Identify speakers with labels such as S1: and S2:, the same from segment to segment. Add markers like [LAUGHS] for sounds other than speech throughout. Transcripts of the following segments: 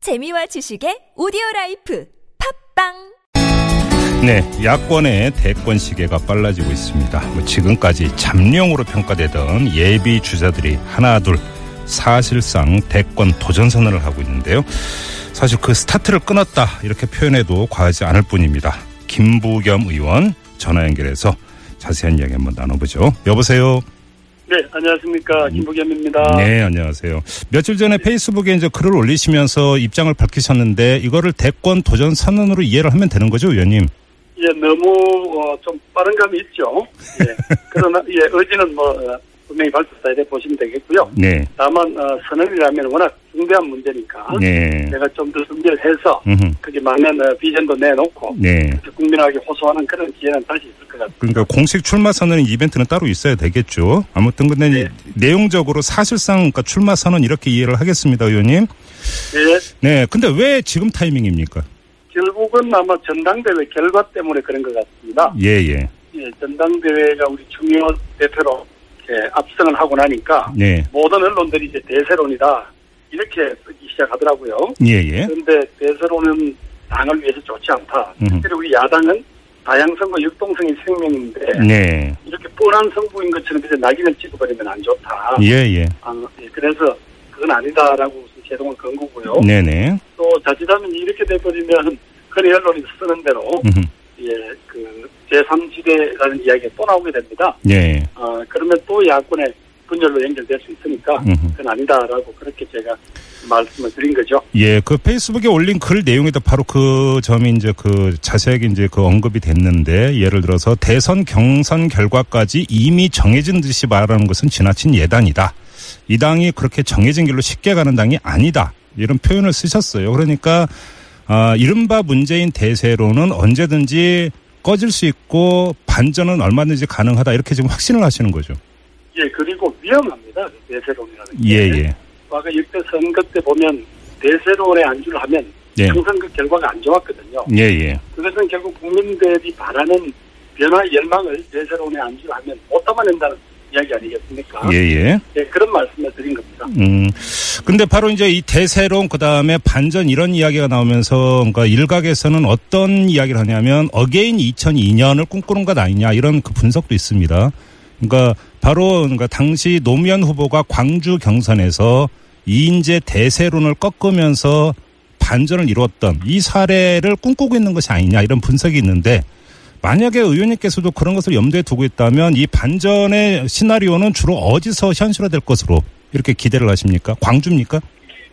S1: 재미와 지식의 오디오 라이프 팝빵
S2: 네, 야권의 대권 시계가 빨라지고 있습니다. 뭐 지금까지 잠룡으로 평가되던 예비 주자들이 하나둘 사실상 대권 도전 선언을 하고 있는데요. 사실 그 스타트를 끊었다 이렇게 표현해도 과하지 않을 뿐입니다. 김부겸 의원 전화 연결해서 자세한 이야기 한번 나눠보죠. 여보세요.
S3: 네, 안녕하십니까. 김부겸입니다.
S2: 음. 네, 안녕하세요. 며칠 전에 페이스북에 이제 글을 올리시면서 입장을 밝히셨는데 이거를 대권 도전 선언으로 이해를 하면 되는 거죠, 의원님?
S3: 예, 너무, 어, 좀 빠른 감이 있죠.
S2: [LAUGHS]
S3: 예. 그러나, 예, 의지는 뭐, 어, 분명히 밝혔다, 이렇게 보시면 되겠고요.
S2: 네,
S3: 다만, 어, 선언이라면 워낙 중대한 문제니까.
S2: 네,
S3: 내가 좀 더 준비를 해서,
S2: 음흠.
S3: 그게 맞는 어, 비전도 내놓고,
S2: 네.
S3: 국민에게 호소하는 그런 기회는 다시 있을 것 같아요.
S2: 그러니까 공식 출마 선언 이벤트는 따로 있어야 되겠죠. 아무튼 근데 이제 내용적으로 사실상 그러니까 출마 선언 이렇게 이해를 하겠습니다, 의원님.
S3: 예,
S2: 네, 근데 왜 지금 타이밍입니까?
S3: 결국은 아마 전당대회 결과 때문에 그런 것 같습니다.
S2: 예, 예,
S3: 예, 전당대회가 우리 중요 대표로 이렇게 압승을 하고 나니까,
S2: 네,
S3: 모든 언론들이 이제 대세론이다 이렇게 쓰기 시작하더라고요.
S2: 예, 예,
S3: 그런데 대세론은 당을 위해서 좋지 않다.
S2: 음.
S3: 특히 우리 야당은 다양성과 율동성이 생명인데
S2: 네,
S3: 이렇게 뻔한 성부인 것처럼 이제 낙인을 찍어버리면 안 좋다.
S2: 예, 예,
S3: 아, 예, 그래서 그건 아니다라고 우선 제동을 건 거고요.
S2: 네, 네,
S3: 또 자칫하면 이렇게 돼버리면 흔히 언론이 쓰는 대로
S2: 음흠.
S3: 예, 그 제3지대라는 이야기가 또 나오게 됩니다.
S2: 예,
S3: 아, 그러면 또 야권의 분열로 연결될 수 있으니까
S2: 음흠.
S3: 그건 아니다라고 그렇게 제가 말씀을 드린 거죠.
S2: 예, 그 페이스북에 올린 글 내용에도 바로 그 점이 이제 그 자세하게 이제 그 언급이 됐는데 예를 들어서 대선 경선 결과까지 이미 정해진 듯이 말하는 것은 지나친 예단이다. 이 당이 그렇게 정해진 길로 쉽게 가는 당이 아니다. 이런 표현을 쓰셨어요. 그러니까 아, 이른바 문재인 대세로는 언제든지 꺼질 수 있고 반전은 얼마든지 가능하다. 이렇게 지금 확신을 하시는 거죠.
S3: 예, 그리고 위험합니다. 그 대세론이라는 게.
S2: 예, 예.
S3: 과거 6대 선거 때 보면 대세론에 안주를 하면
S2: 예.
S3: 항상 그 결과가 안 좋았거든요.
S2: 예, 예.
S3: 그것은 결국 국민들이 바라는 변화 열망을 대세론에 안주를 하면 못 담아낸다는 이야기 아니겠습니까?
S2: 예, 예.
S3: 예, 그런 말씀을 드린 겁니다.
S2: 음. 근데 바로 이제 이 대세론 그다음에 반전 이런 이야기가 나오면서 그러니까 일각에서는 어떤 이야기를 하냐면 어게인 2002년을 꿈꾸는 것 아니냐 이런 그 분석도 있습니다. 그러니까 바로 그러니까 당시 노무현 후보가 광주 경선에서 이인재 대세론을 꺾으면서 반전을 이뤘던 이 사례를 꿈꾸고 있는 것이 아니냐 이런 분석이 있는데 만약에 의원님께서도 그런 것을 염두에 두고 있다면 이 반전의 시나리오는 주로 어디서 현실화될 것으로 이렇게 기대를 하십니까? 광주입니까?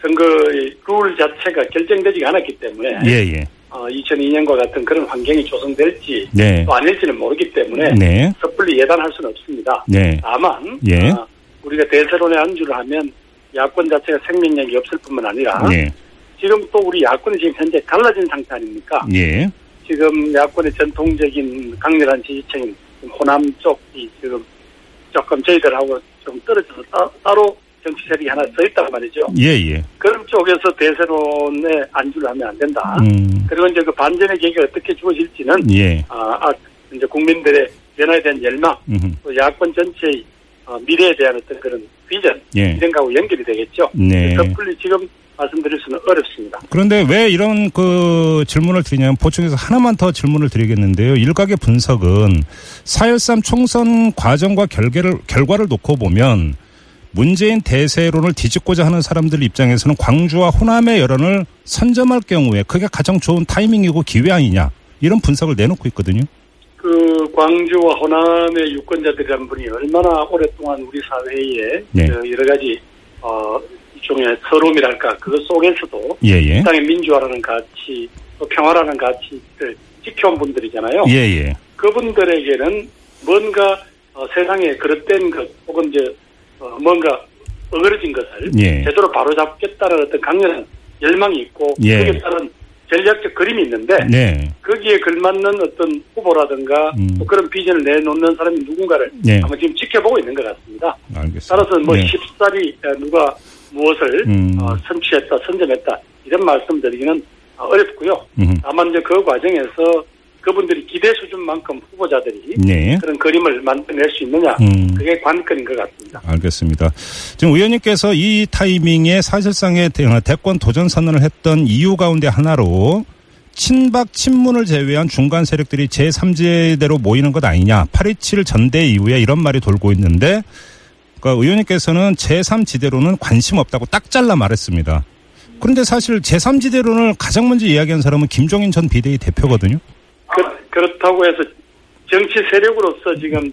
S3: 선거의 룰 자체가 결정되지가 않았기 때문에
S2: 예, 예.
S3: 어, 2002년과 같은 그런 환경이 조성될지
S2: 네.
S3: 또 아닐지는 모르기 때문에
S2: 네.
S3: 섣불리 예단할 수는 없습니다.
S2: 네.
S3: 다만
S2: 예.
S3: 아, 우리가 대세론에 안주를 하면 야권 자체가 생명력이 없을 뿐만 아니라
S2: 예.
S3: 지금 또 우리 야권이 지금 현재 갈라진 상태 아닙니까?
S2: 예.
S3: 지금 야권의 전통적인 강렬한 지지층인 지금 호남 쪽이 지금 조금 저희들하고 좀 떨어져서 따, 따로 정치 세력이 하나 더 있단 말이죠.
S2: 예, 예.
S3: 그런 쪽에서 대세론에 안주를 하면 안 된다.
S2: 음.
S3: 그리고 이제 그 반전의 계기가 어떻게 주어질지는
S2: 예.
S3: 아, 아, 이제 국민들의 변화에 대한 열망,
S2: 음.
S3: 또 야권 전체의 어, 미래에 대한 어떤 그런 비전,
S2: 예.
S3: 이런거하고 연결이 되겠죠.
S2: 네.
S3: 섣불리 지금 말씀드릴 수는 어렵습니다.
S2: 그런데 왜 이런 그 질문을 드리냐면 보충해서 하나만 더 질문을 드리겠는데요. 일각의 분석은 4.13 총선 과정과 결계를, 결과를 놓고 보면 문재인 대세론을 뒤집고자 하는 사람들 입장에서는 광주와 호남의 여론을 선점할 경우에 그게 가장 좋은 타이밍이고 기회 아니냐. 이런 분석을 내놓고 있거든요.
S3: 그 광주와 호남의 유권자들이란 분이 얼마나 오랫동안 우리 사회에
S2: 네.
S3: 그 여러 가지 어, 일종의 서름이랄까 그것 속에서도
S2: 예, 예.
S3: 이 땅의 민주화라는 가치, 또 평화라는 가치를 지켜온 분들이잖아요.
S2: 예, 예.
S3: 그분들에게는 뭔가 어, 세상에 그릇된 것 혹은 이제 어, 뭔가 어그러진 것을
S2: 예.
S3: 제대로 바로잡겠다는 어떤 강렬한 열망이 있고
S2: 예.
S3: 거기에 따른 전략적 그림이 있는데
S2: 네.
S3: 거기에 걸맞는 어떤 후보라든가
S2: 음.
S3: 또 그런 비전을 내놓는 사람이 누군가를
S2: 예.
S3: 아마 지금 지켜보고 있는 것 같습니다.
S2: 알겠습니다.
S3: 따라서 뭐
S2: 네.
S3: 쉽사리 에, 누가 무엇을
S2: 음.
S3: 어, 선취했다, 선점했다 이런 말씀드리기는 어, 어렵고요.
S2: 음.
S3: 다만 이제 그 과정에서 그분들이 기대 수준만큼 후보자들이
S2: 네.
S3: 그런 그림을 만들어낼 수 있느냐
S2: 음.
S3: 그게 관건인 것 같습니다.
S2: 알겠습니다. 지금 의원님께서 이 타이밍에 사실상의 대- 대권 도전 선언을 했던 이유 가운데 하나로 친박 친문을 제외한 중간 세력들이 제3지대로 모이는 것 아니냐. 8.27 전대 이후에 이런 말이 돌고 있는데 그러니까 의원님께서는 제3지대로는 관심 없다고 딱 잘라 말했습니다. 그런데 사실 제3지대로는 가장 먼저 이야기한 사람은 김종인 전 비대위 대표거든요.
S3: 그, 렇다고 해서 정치 세력으로서 지금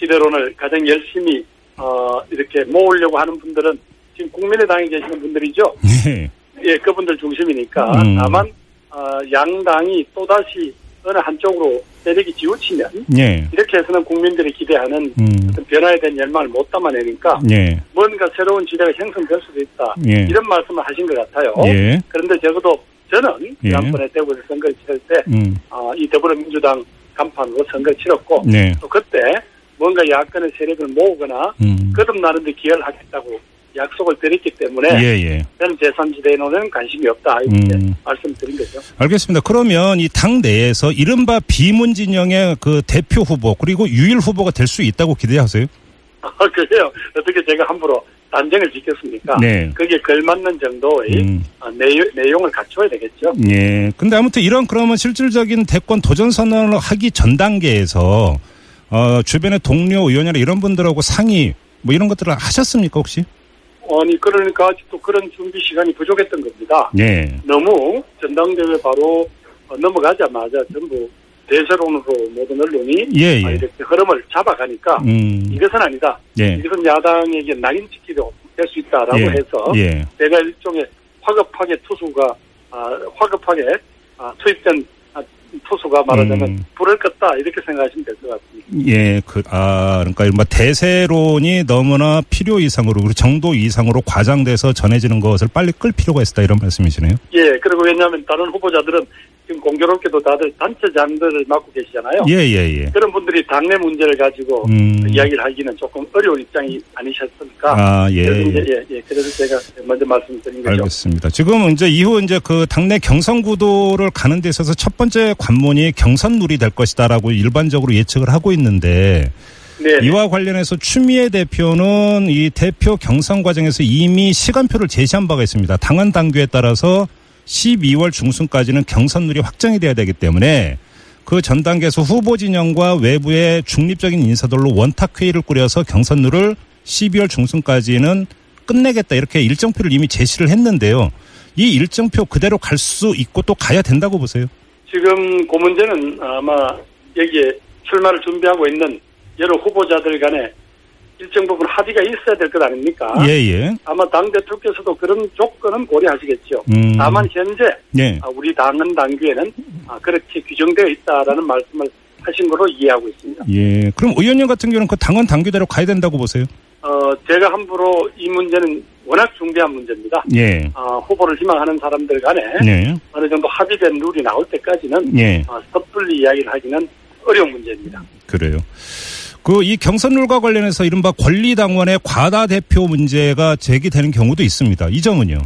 S3: 제3지대론을 가장 열심히 어, 이렇게 모으려고 하는 분들은 지금 국민의당에 계시는 분들이죠.
S2: 네.
S3: 예, 그분들 중심이니까
S2: 음.
S3: 다만 어, 양당이 또다시 어느 한쪽으로 세력이 지우치면
S2: 네.
S3: 이렇게 해서는 국민들이 기대하는
S2: 음.
S3: 어떤 변화에 대한 열망을 못 담아내니까
S2: 네.
S3: 뭔가 새로운 지대가 형성될 수도 있다.
S2: 예.
S3: 이런 말씀을 하신 것 같아요.
S2: 예.
S3: 그런데 적어도 저는
S2: 예.
S3: 지난번에 대구에서 선거를 치를 때 어, 이
S2: 음.
S3: 더불어민주당 간판으로 선거를 치렀고
S2: 네.
S3: 또 그때 뭔가 야권의 세력을 모으거나
S2: 음.
S3: 거듭나는 데 기여를 하겠다고 약속을 드렸기 때문에
S2: 예, 예.
S3: 저는 제3지대에는 관심이 없다 이렇게
S2: 음.
S3: 말씀드린 거죠. [LAUGHS]
S2: 알겠습니다. 그러면 이 당 내에서 이른바 비문 진영의 그 대표 후보 그리고 유일 후보가 될 수 있다고 기대하세요?
S3: 아, 그래요. 어떻게 제가 함부로 단정을 짓겠습니까?
S2: 네.
S3: 그게 걸맞는 정도의
S2: 음.
S3: 아, 내용, 내용을 갖춰야 되겠죠.
S2: 예. 근데 아무튼 이런 그러면 실질적인 대권 도전 선언을 하기 전 단계에서 어, 주변의 동료 의원이나 이런 분들하고 상의 뭐 이런 것들을 하셨습니까 혹시?
S3: 아니 그러니까 아직도 그런 준비 시간이 부족했던 겁니다.
S2: 예.
S3: 너무 전당대회 바로 어, 넘어가자마자 전부 대세론으로 모든 언론이
S2: 예, 예.
S3: 아, 이렇게 흐름을 잡아가니까
S2: 음.
S3: 이것은 아니다.
S2: 예.
S3: 이것은 야당에게 낙인찍기도 될 수 있다라고
S2: 예.
S3: 해서
S2: 예.
S3: 내가 일종의 화급하게 투수가 아, 화급하게 아, 투입된 아, 투수가 말하자면
S2: 음.
S3: 불을 껐다 이렇게 생각하시면 될 것 같습니다.
S2: 예, 그, 아, 그러니까 이른바 대세론이 너무나 필요 이상으로, 그리고 정도 이상으로 과장돼서 전해지는 것을 빨리 끌 필요가 있다 이런 말씀이시네요.
S3: 예, 그리고 왜냐하면 다른 후보자들은 지금 공교롭게도 다들 단체장들을 맡고 계시잖아요.
S2: 예, 예, 예.
S3: 그런 분들이 당내 문제를 가지고
S2: 음.
S3: 이야기를 하기는 조금 어려운 입장이 아니셨습니까?
S2: 아, 예,
S3: 그래서 이제
S2: 예.
S3: 예, 예, 그래서 제가 먼저 말씀드린 거죠.
S2: 알겠습니다. 지금 이제 이후 이제 그 당내 경선 구도를 가는 데 있어서 첫 번째 관문이 경선 룰이 될 것이다라고 일반적으로 예측을 하고 있는데
S3: 네,
S2: 이와 관련해서 추미애 대표는 이 대표 경선 과정에서 이미 시간표를 제시한 바가 있습니다. 당헌 당규에 따라서 12월 중순까지는 경선률이 확정이 돼야 되기 때문에 그 전 단계에서 후보 진영과 외부의 중립적인 인사들로 원탁 회의를 꾸려서 경선률을 12월 중순까지는 끝내겠다 이렇게 일정표를 이미 제시를 했는데요. 이 일정표 그대로 갈 수 있고 또 가야 된다고 보세요.
S3: 지금 그 문제는 아마 여기에 출마를 준비하고 있는 여러 후보자들 간에 일정 부분 합의가 있어야 될 것 아닙니까?
S2: 예, 예.
S3: 아마 당 대표께서도 그런 조건은 고려하시겠죠.
S2: 음.
S3: 다만 현재
S2: 예.
S3: 아, 우리 당은 당규에는 아, 그렇게 규정되어 있다라는 말씀을 하신 걸로 이해하고 있습니다.
S2: 예. 그럼 의원님 같은 경우는 그 당헌 당규대로 가야 된다고 보세요.
S3: 어, 제가 함부로 이 문제는 워낙 중대한 문제입니다.
S2: 예.
S3: 아, 후보를 희망하는 사람들 간에
S2: 네.
S3: 어느 정도 합의된 룰이 나올 때까지는
S2: 예,
S3: 아, 섣불리 이야기를 하기는 어려운 문제입니다.
S2: 그래요. 그 이 경선룰과 관련해서 이른바 권리당원의 과다 대표 문제가 제기되는 경우도 있습니다. 이 점은요.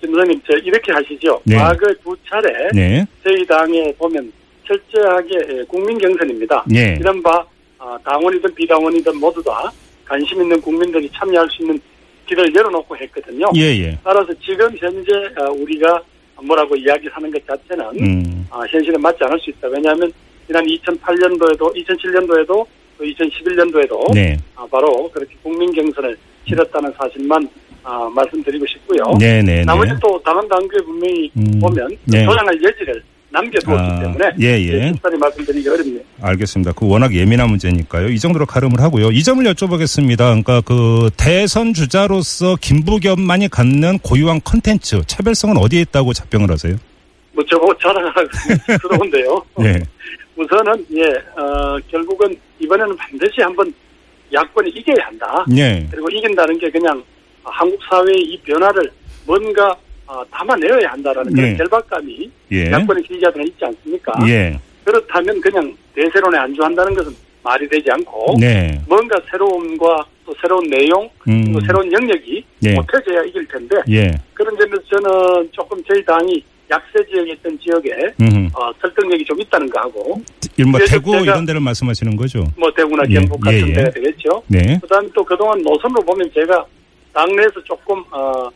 S3: 김 선생님, 저 이렇게 하시죠.
S2: 네.
S3: 과거 두 차례
S2: 네.
S3: 저희 당에 보면 철저하게 예, 국민 경선입니다.
S2: 예.
S3: 이른바 아, 당원이든 비당원이든 모두 다 관심 있는 국민들이 참여할 수 있는 길을 열어놓고 했거든요.
S2: 예, 예.
S3: 따라서 지금 현재 아, 우리가 뭐라고 이야기하는 것 자체는
S2: 음.
S3: 아, 현실에 맞지 않을 수 있다. 왜냐하면 지난 2008년도에도, 2007년도에도, 또 2011년도에도 아,
S2: 네.
S3: 바로 그렇게 국민 경선을 치렀다는 사실만 아, 말씀드리고 싶고요.
S2: 네, 네, 네.
S3: 나머지 또 다른 당규에 분명히
S2: 음.
S3: 보면
S2: 네.
S3: 소량의 여지를 남겨두었기
S2: 아,
S3: 때문에 네.
S2: 예, 예.
S3: 특별히 말씀드리기 어렵네요.
S2: 알겠습니다. 그 워낙 예민한 문제니까요. 이 정도로 가름을 하고요. 이 점을 여쭤보겠습니다. 그러니까 그 대선 주자로서 김부겸만이 갖는 고유한 컨텐츠 차별성은 어디에 있다고 자평을 하세요?
S3: 뭐 저보고 자랑하고 [LAUGHS] 부끄러운데요.
S2: 네.
S3: 우선은 예 어, 결국은 이번에는 반드시 한번 야권이 이겨야 한다.
S2: 예.
S3: 그리고 이긴다는 게 그냥 한국 사회의 이 변화를 뭔가 어, 담아내어야 한다라는
S2: 네.
S3: 그런 결박감이
S2: 예.
S3: 야권의 지지자들은 있지 않습니까?
S2: 예.
S3: 그렇다면 그냥 대세론에 안주한다는 것은 말이 되지 않고
S2: 네.
S3: 뭔가 새로움과 또 새로운 내용
S2: 음.
S3: 그리고 새로운 영역이
S2: 예.
S3: 못해져야 이길 텐데
S2: 예.
S3: 그런 점에서 저는 조금 저희 당이 약세 지역에 있던 지역에
S2: 음,
S3: 어, 설득력이 좀 있다는 거 하고
S2: 일뭐
S3: 그래서
S2: 대구
S3: 제가-
S2: 이런 데를 말씀하시는 거죠?
S3: 뭐 대구나
S2: 예,
S3: 경북 같은
S2: 예, 예.
S3: 데가 되겠죠.
S2: 네.
S3: 그다음 에또 그동안 노선으로 보면 제가 당내에서 조금 어,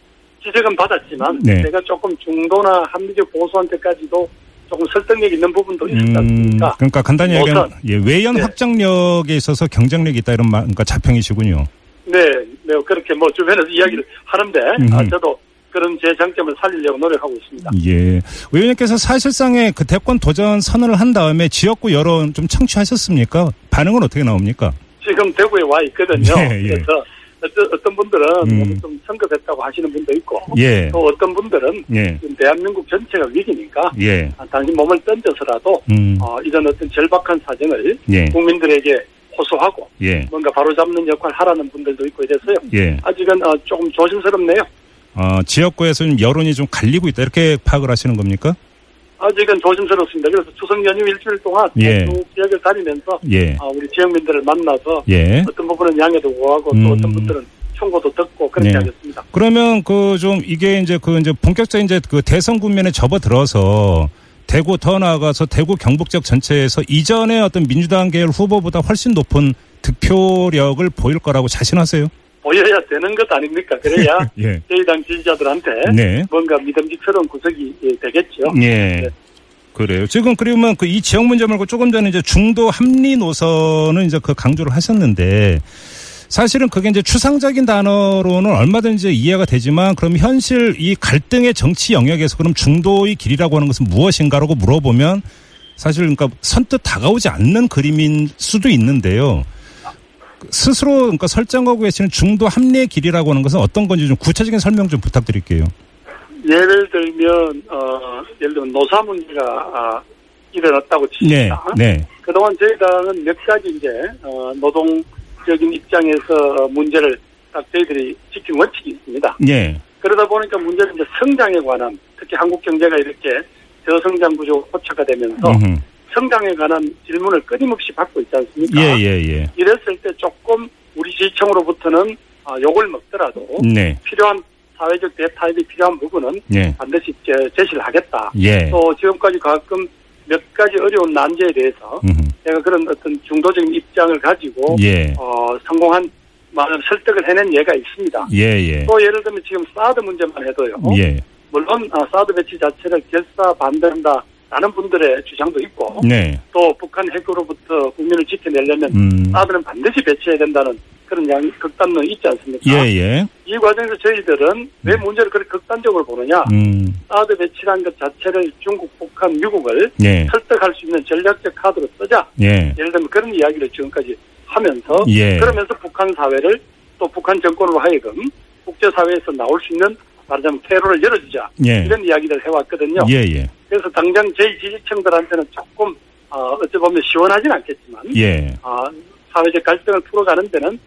S3: 지적은 받았지만
S2: 네.
S3: 제가 조금 중도나 합리적 보수한테까지도 조금 설득력 있는 부분도 있지
S2: 음,
S3: 않습니까?
S2: 그러니까 간단히
S3: 노선.
S2: 얘기하면 예, 외연
S3: 뭐 네.
S2: 확장력에 있어서 경쟁력이 있다 이런 말, 그러니까 자평이시군요.
S3: 네, 네 그렇게 뭐 주변에서 이야기를 하는데 아,
S2: 음흠.
S3: 저도 그런 제 장점을 살리려고 노력하고 있습니다.
S2: 예. 의원님께서 사실상의 그 대권 도전 선언을 한 다음에 지역구 여론 좀 청취하셨습니까? 반응은 어떻게 나옵니까?
S3: 지금 대구에 와 있거든요.
S2: 예, 예.
S3: 그래서 어떤, 어떤 분들은
S2: 음.
S3: 너무 좀 성급했다고 하시는 분도 있고
S2: 예.
S3: 또 어떤 분들은
S2: 예.
S3: 지금 대한민국 전체가 위기니까
S2: 예.
S3: 아, 당신 몸을 던져서라도
S2: 음.
S3: 어, 이런 어떤 절박한 사정을
S2: 예.
S3: 국민들에게 호소하고
S2: 예.
S3: 뭔가 바로잡는 역할 하라는 분들도 있고 이래서요.
S2: 예.
S3: 아직은 어, 조금 조심스럽네요.
S2: 어, 지역구에서 좀 여론이 좀 갈리고 있다 이렇게 파악을 하시는 겁니까?
S3: 아직은 조심스럽습니다. 그래서 추석 연휴 일주일 동안
S2: 예.
S3: 쭉 지역을 다니면서
S2: 예.
S3: 아, 우리 지역민들을 만나서
S2: 예.
S3: 어떤 부분은 양해도 구하고
S2: 음.
S3: 또 어떤 분들은 충고도 듣고 그렇게
S2: 네.
S3: 하겠습니다.
S2: 그러면 그 좀 이게 이제 그 이제 본격적인 이제 그 대선 국면에 접어들어서 대구 더 나아가서 대구 경북 지역 전체에서 이전에 어떤 민주당 계열 후보보다 훨씬 높은 득표력을 보일 거라고 자신하세요?
S3: 보여야 되는 것 아닙니까?
S2: [LAUGHS]
S3: 그래야
S2: 예.
S3: 저희당 지지자들한테
S2: 네.
S3: 뭔가 믿음직스러운 구석이 예, 되겠죠.
S2: 예.
S3: 네.
S2: 그래요. 지금 그러면 그 이 지역 문제 말고 조금 전에 이제 중도 합리 노선은 이제 그 강조를 하셨는데 사실은 그게 이제 추상적인 단어로는 얼마든지 이해가 되지만 그럼 현실 이 갈등의 정치 영역에서 그럼 중도의 길이라고 하는 것은 무엇인가라고 물어보면 사실 그러니까 선뜻 다가오지 않는 그림인 수도 있는데요. 스스로 그러니까 설정하고 계시는 중도 합리의 길이라고 하는 것은 어떤 건지 좀 구체적인 설명 좀 부탁드릴게요.
S3: 예를 들면 어, 예를 들면 노사 문제가 아, 일어났다고
S2: 네,
S3: 치니까
S2: 네,
S3: 그동안 저희 당은 몇 가지 이제 어, 노동적인 입장에서 문제를 딱 저희들이 지킨 원칙이 있습니다.
S2: 예,
S3: 그러다 보니까 문제는 이제 성장에 관한 특히 한국 경제가 이렇게 저성장 구조 고착화 되면서
S2: 음흠.
S3: 성장에 관한 질문을 끊임없이 받고 있지 않습니까?
S2: 예, 예, 예.
S3: 이랬을 때 조금 우리 시청으로부터는 아, 욕을 먹더라도
S2: 네,
S3: 필요한 사회적 대타협이 필요한 부분은
S2: 예,
S3: 반드시 제, 제시를 하겠다.
S2: 예.
S3: 또 지금까지 가끔 몇 가지 어려운 난제에 대해서
S2: 음,
S3: 제가 그런 어떤 중도적인 입장을 가지고
S2: 예,
S3: 어, 성공한 많은 설득을 해낸 예가 있습니다.
S2: 예, 예,
S3: 또 예를 들면 지금 사드 문제만 해도요.
S2: 예,
S3: 물론 아, 사드 배치 자체를 결사 반대한다라는 분들의 주장도 있고
S2: 네,
S3: 또 북한 핵으로부터 국민을 지켜내려면
S2: 음,
S3: 사드는 반드시 배치해야 된다는 그런 양 극단론이 있지 않습니까?
S2: 예, 예,
S3: 이 과정에서 저희들은 왜 문제를 그렇게 극단적으로 보느냐?
S2: 음,
S3: 사드 배치라는 것 자체를 중국, 북한, 미국을
S2: 예,
S3: 설득할 수 있는 전략적 카드로 쓰자.
S2: 예,
S3: 예를 들면 그런 이야기를 지금까지 하면서
S2: 예,
S3: 그러면서 북한 사회를 또 북한 정권으로 하여금 국제사회에서 나올 수 있는 말하자면 퇴로를 열어주자.
S2: 예,
S3: 이런 이야기를 해왔거든요.
S2: 예, 예,
S3: 그래서 당장 제 지지층들한테는 조금 어, 어찌 보면 시원하진 않겠지만
S2: 예.
S3: 아, 사회적 갈등을 풀어가는 데는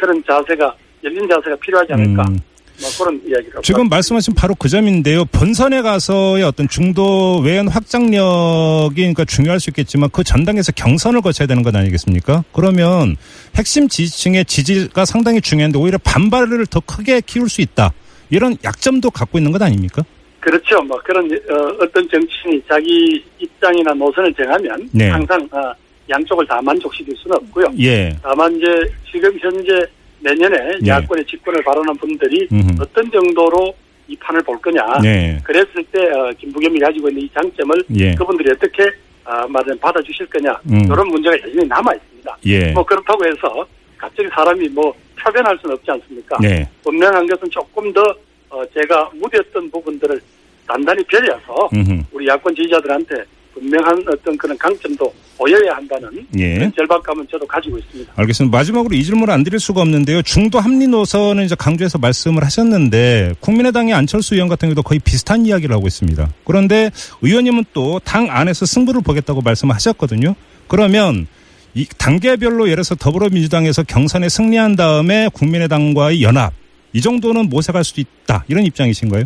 S3: 그런 자세가 열린 자세가 필요하지 않을까
S2: 음,
S3: 뭐 그런 이야기라고
S2: 지금 말씀하신 바로 그 점인데요. 본선에 가서의 어떤 중도 외연 확장력이 그러니까 중요할 수 있겠지만 그 전당에서 경선을 거쳐야 되는 것 아니겠습니까? 그러면 핵심 지지층의 지지가 상당히 중요한데 오히려 반발을 더 크게 키울 수 있다. 이런 약점도 갖고 있는 것 아닙니까?
S3: 그렇죠 뭐 그런 어, 떤 정치인이 자기 입장이나 노선을 정하면
S2: 네.
S3: 항상 어, 양쪽을 다 만족시킬 수는 없고요
S2: 예.
S3: 다만 이제 지금 현재 내년에
S2: 네.
S3: 야권의 집권을 바라는 분들이
S2: 음흠.
S3: 어떤 정도로 이 판을 볼 거냐
S2: 네.
S3: 그랬을 때 어, 김부겸이 가지고 있는 이 장점을
S2: 예.
S3: 그분들이 어떻게 아, 말하자면 받아주실 거냐
S2: 음.
S3: 이런 문제가 여전히 남아 있습니다.
S2: 예.
S3: 뭐 그렇다고 해서 갑자기 사람이 뭐 표변할 수는 없지 않습니까?
S2: 네.
S3: 분명한 것은 조금 더 어, 제가 무디었던 부분들을 단단히 벼려서
S2: 음흠.
S3: 우리 야권 지지자들한테 분명한 어떤 그런 강점도 보여야 한다는
S2: 예.
S3: 그런 절박감은 저도 가지고 있습니다.
S2: 알겠습니다. 마지막으로 이 질문을 안 드릴 수가 없는데요. 중도 합리 노선은 이제 강조해서 말씀을 하셨는데 국민의당의 안철수 의원 같은 경우도 거의 비슷한 이야기를 하고 있습니다. 그런데 의원님은 또 당 안에서 승부를 보겠다고 말씀하셨거든요. 그러면 이 단계별로 예를 들어서 더불어민주당에서 경선에 승리한 다음에 국민의당과의 연합 이 정도는 모색할 수도 있다 이런 입장이신가요?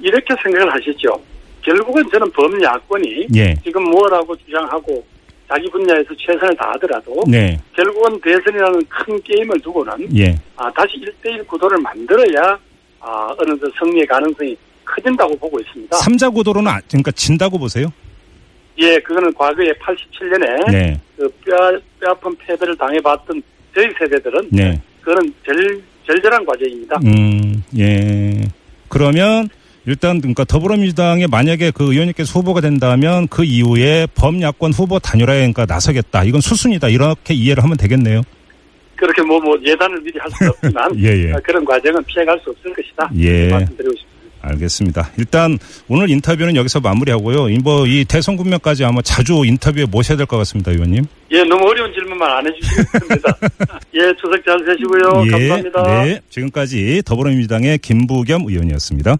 S3: 이렇게 생각을 하시죠. 결국은 저는 범야권이
S2: 예.
S3: 지금 뭐라고 주장하고 자기 분야에서 최선을 다하더라도
S2: 네.
S3: 결국은 대선이라는 큰 게임을 두고는
S2: 예.
S3: 아, 다시 1대1 구도를 만들어야 아, 어느 정도 승리의 가능성이 커진다고 보고 있습니다.
S2: 삼자 구도로는 안- 그러니까 진다고 보세요?
S3: 예, 그거는 과거에 87년에
S2: 네.
S3: 그 뼈, 뼈아픈 패배를 당해봤던 저희 세대들은
S2: 네.
S3: 그거는 절, 절절한 과제입니다.
S2: 음, 예. 그러면 일단 그러니까 더불어민주당에 만약에 그 의원님께서 후보가 된다면 그 이후에 범야권 후보 단일화에 그러니까 나서겠다. 이건 수순이다. 이렇게 이해를 하면 되겠네요.
S3: 그렇게 뭐, 뭐 예단을 미리 할 수는 없지만
S2: [LAUGHS] 예, 예.
S3: 아, 그런 과정은 피해갈 수 없을 것이다.
S2: 예.
S3: 말씀드리고 싶습니다.
S2: 알겠습니다. 일단 오늘 인터뷰는 여기서 마무리하고요. 뭐이 대선 국면까지 아마 자주 인터뷰에 모셔야 될 것 같습니다, 의원님.
S3: 예, 너무 어려운 질문만
S2: [LAUGHS]
S3: 안 해주시겠습니다. 예,
S2: 예,
S3: 추석 잘 되시고요. 어, 감사합니다.
S2: 네. 지금까지 더불어민주당의 김부겸 의원이었습니다.